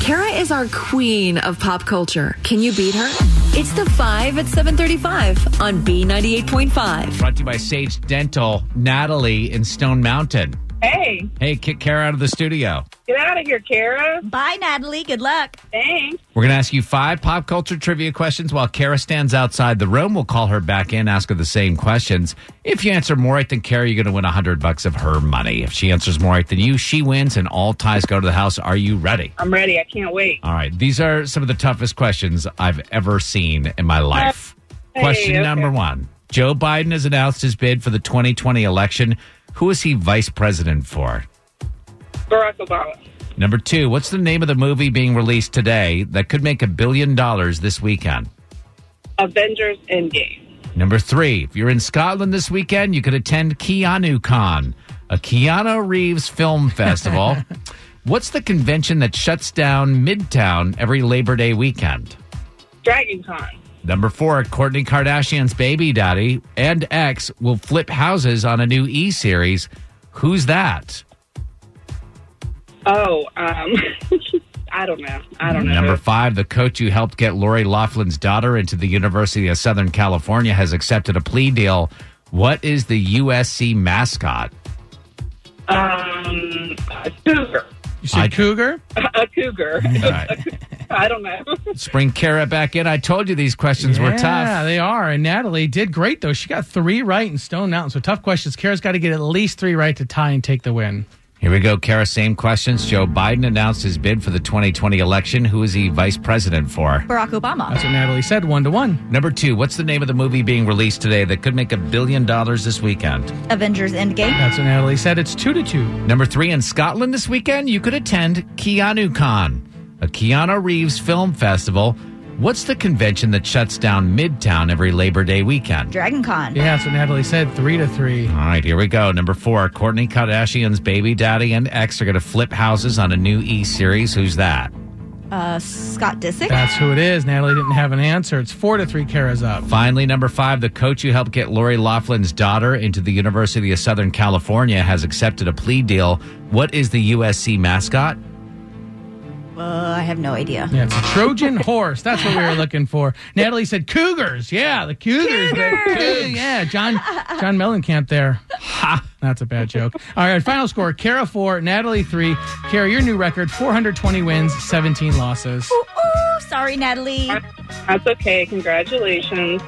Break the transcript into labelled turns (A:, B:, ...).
A: Kara is our queen of pop culture. Can you beat her? It's the 5 at 735 on B98.5.
B: Brought to you by Sage Dental, Natalie in Stone Mountain.
C: Hey,
B: Hey, kick Kara out of the studio.
C: get out of here, Kara.
D: Bye, Natalie. Good luck.
C: Thanks.
B: We're going to ask you five pop culture trivia questions while Kara stands outside the room. We'll call her back in, ask her the same questions. If you answer more right than Kara, you're going to win 100 bucks of her money. If she answers more right than you, she wins and all ties go to the house. Are you ready?
C: I'm ready. I can't wait.
B: All right. These are some of the toughest questions I've ever seen in my life.
C: Hey,
B: Question
C: okay.
B: number one Joe Biden has announced his bid for the 2020 election. Who is he vice president for?
C: Barack Obama.
B: Number two, what's the name of the movie being released today that could make a billion dollars this weekend?
C: Avengers Endgame.
B: Number three, if you're in Scotland this weekend, you could attend Keanu Con, a Keanu Reeves film festival. what's the convention that shuts down Midtown every Labor Day weekend?
C: Dragon Con.
B: Number four, Courtney Kardashian's baby daddy and ex will flip houses on a new E series. Who's that?
C: Oh, um, I don't know. I don't know.
B: Number five, the coach who helped get Lori Laughlin's daughter into the University of Southern California has accepted a plea deal. What is the USC mascot?
C: um, a cougar.
E: You said
B: I-
E: cougar?
C: A cougar.
B: All right.
C: I don't know.
B: Spring Kara back in. I told you these questions were
E: Yeah,
B: tough.
E: they are. And Natalie did great, though. She got three right in Stone Mountain. So tough questions. Kara's got to get at least three right to tie and take the win.
B: Here we go, Kara. Same questions. Joe Biden announced his bid for the 2020 election. Who is he vice president for?
D: Barack Obama.
E: That's what Natalie said, one to one.
B: Number two, what's the name of the movie being released today that could make a billion dollars this weekend?
D: Avengers Endgame.
E: That's what Natalie said. It's two to two.
B: Number three, in Scotland this weekend, you could attend Keanu Con, a Keanu Reeves film festival. What's the convention that shuts down Midtown every Labor Day weekend?
D: Dragon Con.
E: Yeah, that's what Natalie said, three to three.
B: All right, here we go. Number four, Courtney Kardashian's baby daddy and ex are going to flip houses on a new E series. Who's that?
D: Uh, Scott Disick.
E: That's who it is. Natalie didn't have an answer. It's four to three. Kara's up.
B: Finally, number five, the coach who helped get Lori Laughlin's daughter into the University of Southern California has accepted a plea deal. What is the USC mascot?
D: Uh, I have no idea.
E: Yeah, it's a Trojan horse. That's what we were looking for. Natalie said cougars. Yeah, the cougars. Cougars. yeah, John John Mellencamp there. Ha. That's a bad joke. All right, final score: Kara four, Natalie three. Kara, your new record: 420 wins, 17 losses.
D: Ooh, Oh, sorry, Natalie.
C: That's okay. Congratulations.